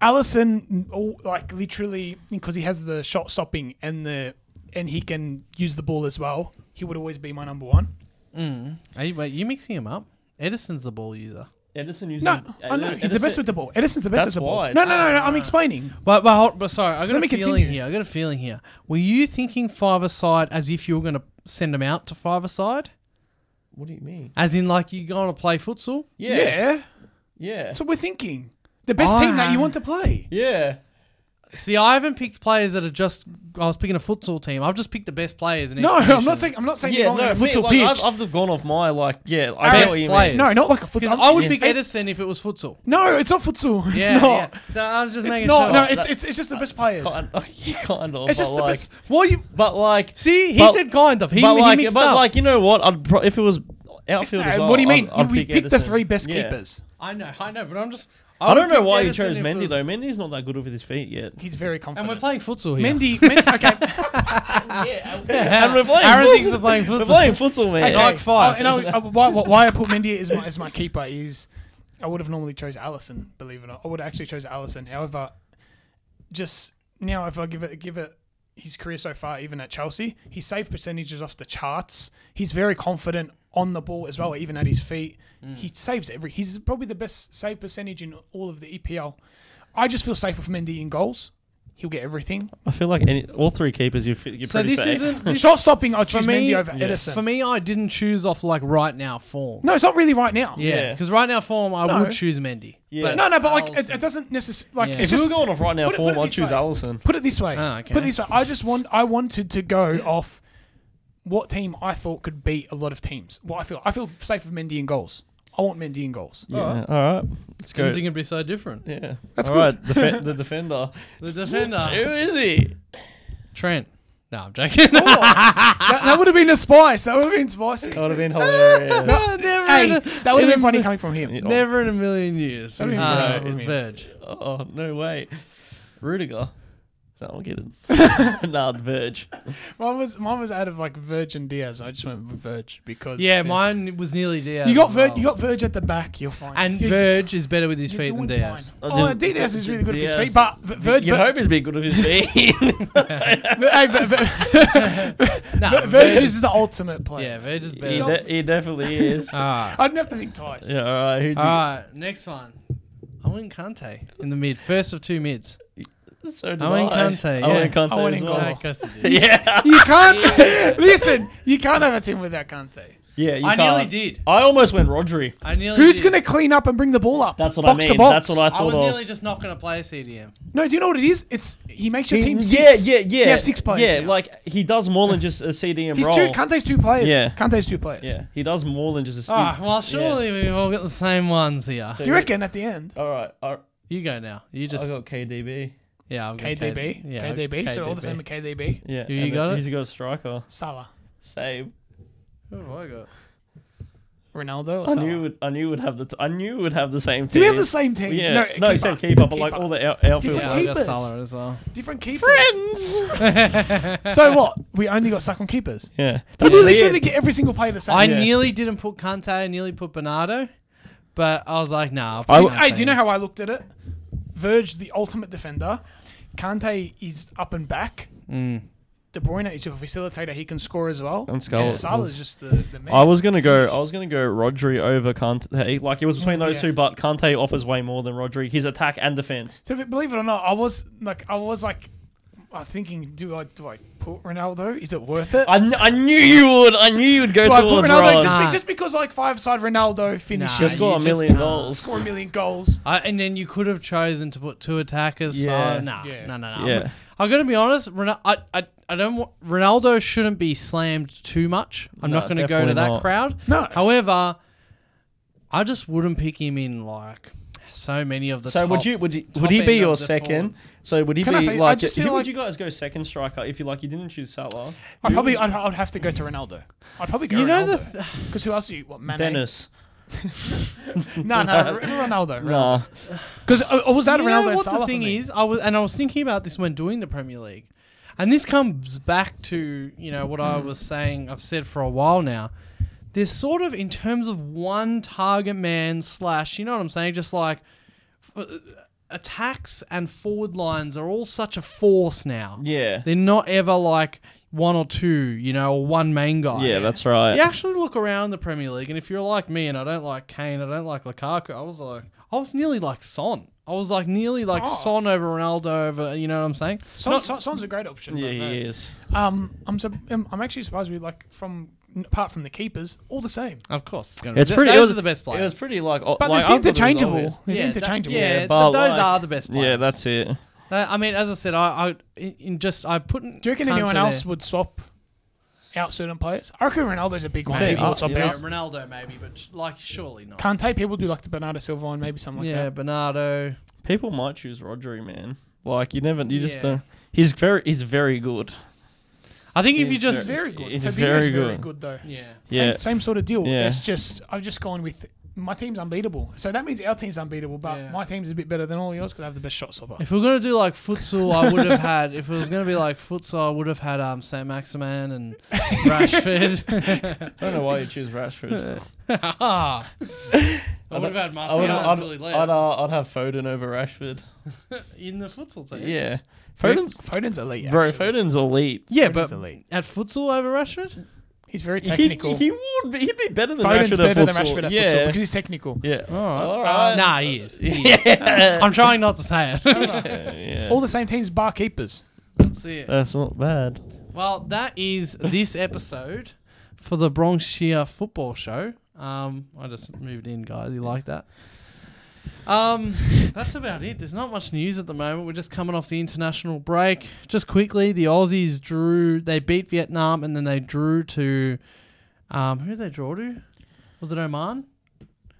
Speaker 1: Allison, all, like literally, because he has the shot stopping and the and he can use the ball as well. He would always be my number one.
Speaker 3: Mm. Are you, wait, you mixing him up? Edison's the ball user.
Speaker 2: Edison uses.
Speaker 1: No, I know he's the best with the ball. Edison's the best with
Speaker 2: That's
Speaker 1: the ball.
Speaker 2: why.
Speaker 1: No, no, no, no. I'm explaining.
Speaker 3: But but, hold, but sorry, I got
Speaker 1: Let
Speaker 3: a
Speaker 1: me
Speaker 3: feeling
Speaker 1: continue.
Speaker 3: here. I got a feeling here. Were you thinking five aside as if you were going to send them out to five aside,
Speaker 2: What do you mean?
Speaker 3: as in like you going to play futsal?
Speaker 1: Yeah.
Speaker 2: Yeah. Yeah.
Speaker 1: that's what we're thinking. The best
Speaker 3: I
Speaker 1: team that you
Speaker 3: am-
Speaker 1: want to play.
Speaker 2: Yeah.
Speaker 3: See, I haven't picked players that are just. I was picking a futsal team. I've just picked the best players. In each
Speaker 1: No, I'm
Speaker 3: position.
Speaker 1: not saying. I'm not saying
Speaker 2: Yeah,
Speaker 1: you're
Speaker 2: no,
Speaker 1: going to
Speaker 2: me,
Speaker 1: futsal
Speaker 2: like,
Speaker 1: pitch.
Speaker 2: I've, I've just gone off my like, yeah, I know
Speaker 3: Best
Speaker 2: what you
Speaker 3: players.
Speaker 2: mean.
Speaker 1: No, not like a futsal.
Speaker 3: 'Cause I would
Speaker 2: Yeah.
Speaker 3: pick Edison if it was futsal.
Speaker 1: No, it's not futsal. [laughs] It's
Speaker 3: Yeah,
Speaker 1: not.
Speaker 3: yeah. So I was just
Speaker 1: It's
Speaker 3: making
Speaker 1: not.
Speaker 3: sure.
Speaker 1: No,
Speaker 2: that-
Speaker 1: it's, it's it's just the best players.
Speaker 2: Kind of, [laughs] yeah, kind of.
Speaker 1: It's
Speaker 2: but
Speaker 1: just the
Speaker 2: like,
Speaker 1: best.
Speaker 3: Well, you
Speaker 2: But like,
Speaker 3: see, he
Speaker 2: But-
Speaker 3: said kind of. He,
Speaker 2: but
Speaker 3: he
Speaker 2: like,
Speaker 3: mixed
Speaker 2: but
Speaker 3: up.
Speaker 2: like, you know what? I'd pro- if it was outfield as
Speaker 1: Uh,
Speaker 2: well.
Speaker 1: what do you
Speaker 2: I'd-
Speaker 1: mean?
Speaker 2: I'd,
Speaker 1: we
Speaker 2: pick
Speaker 1: picked the
Speaker 2: Edison.
Speaker 1: three best
Speaker 2: Yeah.
Speaker 1: keepers.
Speaker 3: I know, I know, but I'm just.
Speaker 2: I
Speaker 3: would've
Speaker 2: don't know
Speaker 3: picked
Speaker 2: why you
Speaker 3: Edison
Speaker 2: chose
Speaker 3: if it
Speaker 2: Mendy
Speaker 3: was-
Speaker 2: though. Mendy's not that good with his
Speaker 1: [laughs]
Speaker 2: feet yet.
Speaker 1: He's very
Speaker 3: And
Speaker 1: confident.
Speaker 3: we're playing futsal here.
Speaker 1: Mendy, Mendy.
Speaker 2: [laughs]
Speaker 1: Okay.
Speaker 2: yeah, and we're playing.
Speaker 3: Aaron
Speaker 2: futsal.
Speaker 3: thinks we're playing
Speaker 2: We're
Speaker 3: futsal.
Speaker 2: playing futsal, man.
Speaker 1: okay.
Speaker 3: Like five.
Speaker 1: Oh, and I, I, why, why I put Mendy as my as my keeper is, I would have normally chose Allison. Believe it or not, I would have actually chose Allison. However, just now, if I give it give it his career so far, even at Chelsea, his save percentage is off the charts. He's very confident on the ball as well, even at his feet. He saves every. He's probably the best save percentage in all of the EPL. I just feel safe with Mendy in goals. He'll get everything.
Speaker 2: I feel like any, all three keepers you're, fi- you're
Speaker 3: So
Speaker 2: pretty
Speaker 3: this
Speaker 2: safe. [laughs]
Speaker 3: isn't this,
Speaker 1: Shot stopping, I
Speaker 3: Hmm. for
Speaker 1: choose
Speaker 3: me-
Speaker 1: Mendy over
Speaker 2: Yeah.
Speaker 1: Edison.
Speaker 3: for me. I didn't choose off like right now form.
Speaker 1: no, it's not really right now.
Speaker 3: Yeah,
Speaker 2: Yeah.
Speaker 3: because right now form, I
Speaker 1: No.
Speaker 3: would choose Mendy.
Speaker 2: Yeah.
Speaker 3: But
Speaker 1: No, no, but like it,
Speaker 3: Alisson.
Speaker 1: it doesn't necessarily like
Speaker 3: Yeah.
Speaker 1: it's
Speaker 2: if we
Speaker 1: just
Speaker 2: were going off right now
Speaker 1: put it- put
Speaker 2: form,
Speaker 1: it
Speaker 2: I'd
Speaker 1: this
Speaker 2: choose
Speaker 1: way.
Speaker 2: Allison.
Speaker 1: put it this way.
Speaker 3: Oh, okay.
Speaker 1: Put it this way. I just want I wanted to go off what team I thought could beat a lot of teams. What I feel I feel safe with Mendy in goals. I want Mendy in goals.
Speaker 2: Yeah. All
Speaker 3: Alright.
Speaker 2: right. Let's go.
Speaker 3: Didn't think it'd be so different.
Speaker 2: Yeah.
Speaker 1: That's
Speaker 2: All
Speaker 1: good.
Speaker 2: right,
Speaker 1: [laughs]
Speaker 2: defe- the defender.
Speaker 3: The
Speaker 2: Who
Speaker 3: defender,
Speaker 2: is he?
Speaker 3: Trent. No, I'm joking. [laughs]
Speaker 1: that, that would have been a spice. That would have been spicy.
Speaker 3: Oh.
Speaker 2: That would have been hilarious.
Speaker 3: never, in
Speaker 1: hey,
Speaker 3: a,
Speaker 1: that would have been
Speaker 3: [laughs]
Speaker 1: funny coming from him.
Speaker 3: never in a million years.
Speaker 1: That'd be
Speaker 3: Uh,
Speaker 1: funny.
Speaker 3: Verge.
Speaker 2: [laughs] oh no way. Rudiger. No, I'm kidding. nah, Verge.
Speaker 1: Mine was mine was out of like Verge and Diaz. I just went with Verge because
Speaker 3: Yeah, mine was nearly Diaz.
Speaker 1: You got
Speaker 3: as
Speaker 1: Verge.
Speaker 3: well.
Speaker 1: You got Verge at the back. You're fine.
Speaker 3: and
Speaker 1: You-
Speaker 3: Verge is better with his
Speaker 1: you're
Speaker 3: feet than
Speaker 1: doing
Speaker 3: Diaz.
Speaker 1: fine.
Speaker 2: I
Speaker 1: Oh,
Speaker 2: didn't-
Speaker 1: Diaz is really good with his
Speaker 2: Diaz.
Speaker 1: feet, but V- Verge.
Speaker 2: you
Speaker 1: Ver-
Speaker 2: hope he's been good with his feet.
Speaker 1: hey, Ver- Ver-
Speaker 2: [laughs]
Speaker 3: No,
Speaker 1: Verge is the ultimate player.
Speaker 3: Yeah, Verge is
Speaker 2: he,
Speaker 3: better.
Speaker 2: de- he definitely is.
Speaker 3: Ah.
Speaker 1: I didn't have to think twice.
Speaker 2: yeah. All right. Who'd you,
Speaker 3: All right, next one. Owen Kante in the mid, first of two mids.
Speaker 2: so did
Speaker 3: Owen
Speaker 2: I.
Speaker 3: Kante,
Speaker 2: I
Speaker 3: yeah.
Speaker 2: went Kante.
Speaker 1: I went
Speaker 2: as
Speaker 1: in
Speaker 2: well.
Speaker 1: goal.
Speaker 2: [laughs] Yeah.
Speaker 1: You can't [laughs] listen. You can't have a team without Kante.
Speaker 2: Yeah. You
Speaker 3: I
Speaker 2: can't.
Speaker 3: nearly did.
Speaker 2: I almost went Rodri.
Speaker 3: I nearly.
Speaker 1: Who's
Speaker 3: did.
Speaker 1: going to clean up and bring the ball up?
Speaker 2: That's what
Speaker 1: box
Speaker 2: I
Speaker 1: To
Speaker 2: mean.
Speaker 1: box.
Speaker 2: That's what I
Speaker 3: I was
Speaker 2: thought
Speaker 3: nearly
Speaker 2: of.
Speaker 3: just not going to play CDM.
Speaker 1: No, do you know what it is? It's he makes your team
Speaker 2: yeah,
Speaker 1: six.
Speaker 2: yeah, yeah.
Speaker 1: You have six players.
Speaker 2: Yeah,
Speaker 1: now.
Speaker 2: like he does more than just a CDM
Speaker 1: he's
Speaker 2: role.
Speaker 1: two. Kante's two players.
Speaker 2: Yeah.
Speaker 1: Kante's two players.
Speaker 2: yeah, he does more than just a.
Speaker 3: Ah,
Speaker 2: he-
Speaker 3: well, surely we've all got the same ones here.
Speaker 1: Do you reckon at the end?
Speaker 2: All right, I,
Speaker 3: You go now. You
Speaker 2: I
Speaker 3: just
Speaker 2: got KDB.
Speaker 3: yeah. I've got
Speaker 1: KDB.
Speaker 3: Yeah, I've
Speaker 1: KDB.
Speaker 3: got
Speaker 1: So all the same with KDB.
Speaker 2: Yeah,
Speaker 3: You- you
Speaker 2: and then
Speaker 3: got it?
Speaker 2: He's got a striker.
Speaker 1: Salah,
Speaker 2: Save.
Speaker 3: Who have Oh, I got?
Speaker 1: Ronaldo. Or
Speaker 2: I
Speaker 1: Salah.
Speaker 2: knew would, I knew would have the t- I knew would have the same team.
Speaker 1: Do we have the same team?
Speaker 2: Yeah,
Speaker 1: No,
Speaker 2: no,
Speaker 1: keeper.
Speaker 2: you said keeper, but like
Speaker 1: Keeper.
Speaker 2: all the out- outfield.
Speaker 1: Different
Speaker 3: Yeah,
Speaker 2: players.
Speaker 3: I've got
Speaker 1: Keepers.
Speaker 3: Salah as well.
Speaker 1: different keepers. so what? We only got stuck on keepers. [laughs]
Speaker 2: Yeah,
Speaker 1: Did
Speaker 2: That's
Speaker 1: you
Speaker 2: weird.
Speaker 1: literally get every single player the same?
Speaker 3: I
Speaker 2: Yeah.
Speaker 3: nearly didn't put Kante. I nearly put Bernardo, but I was like, nah.
Speaker 2: I
Speaker 3: I'll put
Speaker 2: w-
Speaker 1: Hey, do you
Speaker 3: Kante.
Speaker 1: know how I looked at it? Verge, the ultimate defender. Kante is up and back.
Speaker 3: Mm.
Speaker 1: De Bruyne is your facilitator. He can score as well.
Speaker 2: And Skull-
Speaker 1: and Salah is just the, the man.
Speaker 2: I was gonna go. I was gonna go Rodri over Kante. Like it was between those
Speaker 1: Mm, Yeah.
Speaker 2: two, but Kante offers way more than Rodri. His attack and defense.
Speaker 1: So if- believe it or not, I was like, I was like, I'm thinking, do I do I put Ronaldo? Is it worth it?
Speaker 2: I, kn- I knew you would. I knew you would go
Speaker 1: do I put
Speaker 2: towards
Speaker 1: Ronaldo
Speaker 2: Ronaldo.
Speaker 1: just, be-
Speaker 3: Nah.
Speaker 1: just because like five side Ronaldo
Speaker 3: Nah,
Speaker 1: finishes,
Speaker 2: He'll score
Speaker 3: you
Speaker 2: a
Speaker 3: just
Speaker 2: million
Speaker 3: can't.
Speaker 2: goals.
Speaker 1: score a million goals?
Speaker 3: I, and then you could have chosen to put two attackers. Yeah.
Speaker 2: Yeah.
Speaker 3: nah,
Speaker 1: Yeah.
Speaker 3: No, no, no.
Speaker 2: Yeah.
Speaker 3: I'm going to be honest. Ronaldo, I, I, I don't. wa- Ronaldo shouldn't be slammed too much. I'm
Speaker 2: No,
Speaker 3: not going to go to
Speaker 2: definitely
Speaker 3: that
Speaker 2: not.
Speaker 3: crowd.
Speaker 1: No.
Speaker 3: However, I just wouldn't pick him in like so many of the.
Speaker 2: So would
Speaker 3: top-
Speaker 2: you would you,
Speaker 3: top
Speaker 2: would he be
Speaker 3: end
Speaker 2: your
Speaker 3: of the
Speaker 2: second?
Speaker 3: forwards.
Speaker 2: So would he
Speaker 1: Can
Speaker 2: be
Speaker 1: I say- I
Speaker 2: like?
Speaker 1: just
Speaker 2: who
Speaker 1: feel
Speaker 2: would
Speaker 1: like-
Speaker 2: you guys go second striker if you like? You didn't choose Salah,
Speaker 1: I probably I'd, I'd have to go to Ronaldo. I'd probably go
Speaker 3: You know the
Speaker 1: Ronaldo. Because who else do you what Mane?
Speaker 2: Dennis.
Speaker 1: No,
Speaker 3: [laughs]
Speaker 1: no, R- Ronaldo.
Speaker 2: Nah,
Speaker 1: Because I was that
Speaker 3: you
Speaker 1: Ronaldo
Speaker 3: know
Speaker 1: and
Speaker 3: what
Speaker 1: Salah
Speaker 3: the
Speaker 1: for
Speaker 3: thing
Speaker 1: me.
Speaker 3: is? I was and I was thinking about this when doing the Premier League, and this comes back to you know what I
Speaker 1: Mm.
Speaker 3: was saying. I've said for a while now. There's sort of in terms of one target man slash, you know what I'm saying? Just like f- uh, attacks and forward lines are all such a force now.
Speaker 2: yeah,
Speaker 3: They're not ever like one or two, you know, or one main guy.
Speaker 2: yeah, that's right.
Speaker 3: You actually look around the Premier League, and if you're like me, and I don't like Kane, I don't like Lukaku. I was like, I was nearly like Son. I was like nearly like
Speaker 1: Oh.
Speaker 3: Son over Ronaldo over. You know what I'm saying?
Speaker 1: Son,
Speaker 3: Not-
Speaker 1: Son- Son's a great option.
Speaker 2: Yeah,
Speaker 1: though, no.
Speaker 2: he is.
Speaker 1: Um, I'm, sub- I'm I'm actually surprised we like from apart from the keepers, all the same.
Speaker 3: Of course, it's, gonna
Speaker 2: It's
Speaker 3: th-
Speaker 2: pretty.
Speaker 3: Those
Speaker 2: it was,
Speaker 3: are the best players.
Speaker 2: It was pretty like. o-
Speaker 1: But
Speaker 2: like,
Speaker 1: it's
Speaker 2: I thought it was obvious.
Speaker 1: interchangeable. It's
Speaker 3: Yeah, that-
Speaker 1: interchangeable.
Speaker 3: yeah, th-
Speaker 2: but,
Speaker 3: those
Speaker 2: like-
Speaker 3: are the best players.
Speaker 2: Yeah, that's it.
Speaker 3: That- I mean, as I said, I, I in, in just I put.
Speaker 1: Do you reckon anyone else would swap out certain players? I reckon Ronaldo's a big one.
Speaker 2: See,
Speaker 3: Uh,
Speaker 1: people
Speaker 2: I-
Speaker 1: would swap
Speaker 2: yeah.
Speaker 1: out.
Speaker 3: Ronaldo maybe, but like surely not.
Speaker 1: Kante, people do like the Bernardo Silva one, maybe something like
Speaker 3: yeah,
Speaker 1: that.
Speaker 3: Bernardo.
Speaker 2: People might choose Rodri, man. Like you never, you just.
Speaker 3: Yeah.
Speaker 2: Uh, he's very, he's very good.
Speaker 3: I think if
Speaker 2: He's
Speaker 3: you just
Speaker 1: Very
Speaker 2: very-
Speaker 1: good.
Speaker 2: It's
Speaker 1: Fabinho's very
Speaker 2: very good.
Speaker 1: good though.
Speaker 3: yeah.
Speaker 1: Same,
Speaker 2: Yeah.
Speaker 1: same sort of deal.
Speaker 2: Yeah.
Speaker 1: It's just I've just gone with my team's unbeatable. So that means our team's unbeatable, but
Speaker 3: Yeah.
Speaker 1: my team's a bit better than all yours because I have the best shot stopper.
Speaker 3: If we are gonna do like futsal, I would have had. If it was gonna be like futsal, I would have had um Sam Maximan and
Speaker 2: [laughs]
Speaker 3: Rashford. [laughs]
Speaker 2: I don't know why you choose Rashford.
Speaker 3: Ah. I would have had
Speaker 2: I would,
Speaker 3: Martial
Speaker 2: I'd,
Speaker 3: until he
Speaker 2: I'd,
Speaker 3: left
Speaker 2: uh, I'd have Foden over Rashford.
Speaker 3: [laughs] in the futsal team.
Speaker 2: Yeah, Foden's
Speaker 1: Foden's elite.
Speaker 2: bro.
Speaker 1: actually.
Speaker 2: Foden's elite.
Speaker 3: yeah,
Speaker 1: Foden's
Speaker 3: but
Speaker 1: elite.
Speaker 3: at futsal over Rashford,
Speaker 1: He's very
Speaker 2: He,
Speaker 1: technical.
Speaker 2: he would be. He'd be better than
Speaker 1: Foden's
Speaker 2: Rashford
Speaker 1: better
Speaker 2: at
Speaker 1: than
Speaker 2: futsal.
Speaker 1: Rashford at
Speaker 2: yeah.
Speaker 1: futsal because he's technical.
Speaker 2: yeah.
Speaker 1: [laughs]
Speaker 2: [laughs]
Speaker 3: Alright.
Speaker 2: All right.
Speaker 3: Uh, nah, he is. He is.
Speaker 2: [laughs] yeah.
Speaker 3: I'm trying not to say it. [laughs]
Speaker 2: yeah.
Speaker 1: All the same teams, bar keepers.
Speaker 3: Let's see it.
Speaker 2: That's not bad.
Speaker 3: Well, that is this episode for the Bronxshire Football Show. Um, I just moved in, guys. You like that? Um, that's about it. There's not much news at the moment. We're just coming off the international break. Just quickly, the Aussies drew. They beat Vietnam, and then they drew to. Um, who did they draw to? Was it Oman?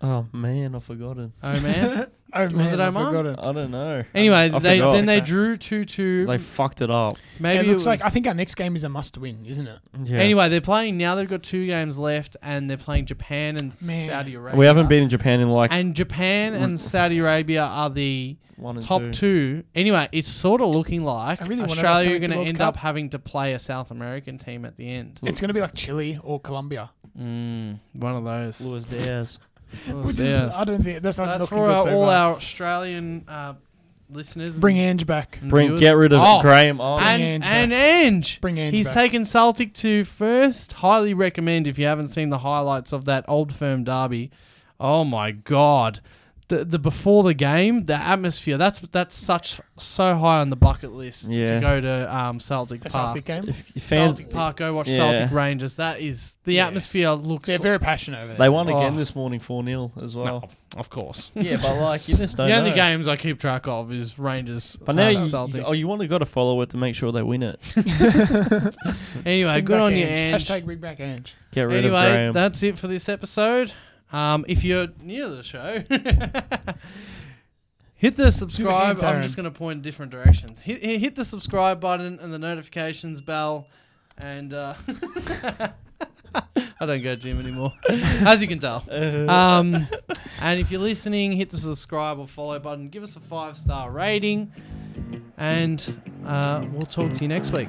Speaker 2: Oh man, I've forgotten.
Speaker 3: Oman.
Speaker 1: [laughs] Oh, man,
Speaker 3: it
Speaker 1: I
Speaker 3: Oman?
Speaker 1: forgot it.
Speaker 2: I don't know.
Speaker 3: anyway,
Speaker 2: I
Speaker 3: they
Speaker 2: forgot.
Speaker 3: then they
Speaker 1: Okay.
Speaker 3: drew two two.
Speaker 2: They fucked it up.
Speaker 3: maybe
Speaker 1: it looks like
Speaker 3: was-
Speaker 1: I think our next game is a must win, isn't it?
Speaker 2: Yeah.
Speaker 3: Anyway, they're playing now. They've got two games left, and they're playing Japan and
Speaker 1: Man.
Speaker 3: Saudi Arabia.
Speaker 2: we haven't been in Japan in like
Speaker 3: And
Speaker 2: [laughs]
Speaker 3: Japan and Saudi Arabia are the
Speaker 2: one and
Speaker 3: top
Speaker 2: two.
Speaker 3: two. Anyway, it's sort of looking like
Speaker 1: I really wanted us to
Speaker 3: Australia are
Speaker 1: make the
Speaker 3: going to
Speaker 1: World
Speaker 3: end
Speaker 1: Cup.
Speaker 3: up having to play a South American team at the end.
Speaker 1: It's going to be like Chile or Colombia.
Speaker 3: Mm, one of those.
Speaker 2: Luis Diaz.
Speaker 3: One of
Speaker 1: Which is,
Speaker 3: those.
Speaker 1: I don't think that's not
Speaker 3: That's
Speaker 1: looking
Speaker 3: for
Speaker 1: good
Speaker 3: our,
Speaker 1: so
Speaker 3: all
Speaker 1: far.
Speaker 3: our Australian uh, listeners. and-
Speaker 1: Bring Ange back.
Speaker 3: and
Speaker 2: Bring
Speaker 3: viewers.
Speaker 2: get rid of
Speaker 3: Oh,
Speaker 2: Graham Arnold.
Speaker 3: And,
Speaker 1: Ange
Speaker 3: and Ange.
Speaker 1: Bring Ange
Speaker 3: He's
Speaker 1: back.
Speaker 3: taken Celtic to first. Highly recommend if you haven't seen the highlights of that old firm derby. Oh my god. The, the before the game, the atmosphere. That's that's such so high on the bucket list to
Speaker 2: Yeah.
Speaker 3: go to um, Celtic
Speaker 1: a
Speaker 3: Park.
Speaker 1: Celtic game.
Speaker 2: If you fans,
Speaker 3: Celtic Park, go watch
Speaker 2: Yeah.
Speaker 3: Celtic Rangers. That is the
Speaker 1: Yeah.
Speaker 3: atmosphere looks.
Speaker 1: They're very passionate over there.
Speaker 2: they won again
Speaker 3: Oh.
Speaker 2: this morning four 0 as well.
Speaker 3: No, of course.
Speaker 2: Yeah, but like you [laughs] just don't.
Speaker 3: the only
Speaker 2: know.
Speaker 3: games I keep track of is Rangers.
Speaker 2: But now
Speaker 3: uh,
Speaker 2: you,
Speaker 3: Celtic.
Speaker 2: oh, you want to got to follow it to make sure they win it.
Speaker 3: anyway,
Speaker 1: Bring
Speaker 3: good
Speaker 1: back
Speaker 3: on you,
Speaker 1: Ange.
Speaker 3: Ange.
Speaker 1: Hashtag bring back Ange.
Speaker 2: Get rid of
Speaker 3: Anyway,
Speaker 2: Graham.
Speaker 3: that's it for this episode. Um, if you're new to the show, [laughs] hit the subscribe.
Speaker 1: hands,
Speaker 3: I'm
Speaker 1: Aaron.
Speaker 3: just going to point in different directions. Hit, hit hit the subscribe button and the notifications bell, and uh, [laughs] I don't go gym anymore, [laughs] as you can tell. Um, and if you're listening, hit the subscribe or follow button. Give us a five star rating, and uh, we'll talk to you next week.